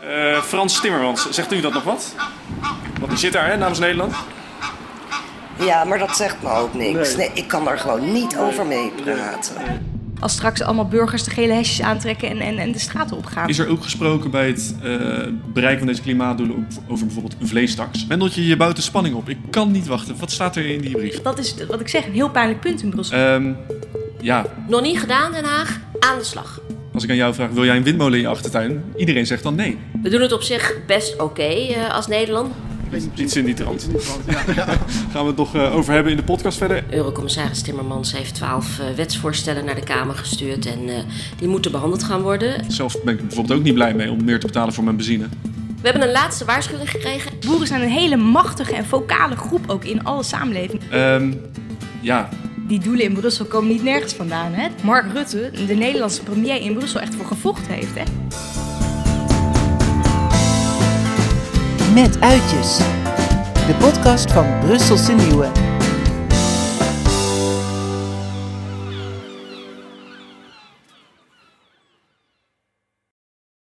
Eh, Frans Timmermans. Zegt u dat nog wat? Want die zit daar, hè, namens Nederland. Ja, maar dat zegt me ook niks. Nee. Nee, ik kan daar gewoon niet over mee praten. Als straks allemaal burgers de gele hesjes aantrekken en, en, en de straten opgaan. Is er ook gesproken bij het eh, bereiken van deze klimaatdoelen op- over bijvoorbeeld een vleestaks? Mendeltje, je bouwt de spanning op. Ik kan niet wachten. Wat staat er in die brief? Dat is wat ik zeg, een heel pijnlijk punt in Brussel. Ehm, ja, Nog niet gedaan, Den Haag. Aan de slag. als ik aan jou vraag, wil jij een windmolen in je achtertuin? Iedereen zegt dan nee. We doen het op zich best oké eh, als Nederland. Iets in die trant. Gaan we het nog eh, over hebben in de podcast verder. Eurocommissaris Timmermans heeft twaalf eh, wetsvoorstellen naar de Kamer gestuurd en eh, die moeten behandeld gaan worden. Zelf ben ik er bijvoorbeeld ook niet blij mee om meer te betalen voor mijn benzine. We hebben een laatste waarschuwing gekregen. Boeren zijn een hele machtige en vocale groep ook in alle samenleving. Ehm, ja, Die doelen in Brussel komen niet nergens vandaan. Hè? Mark Rutte, de Nederlandse premier in Brussel, echt voor gevochten heeft. Hè? Met Uitjes. De podcast van Brusselse Nieuwe.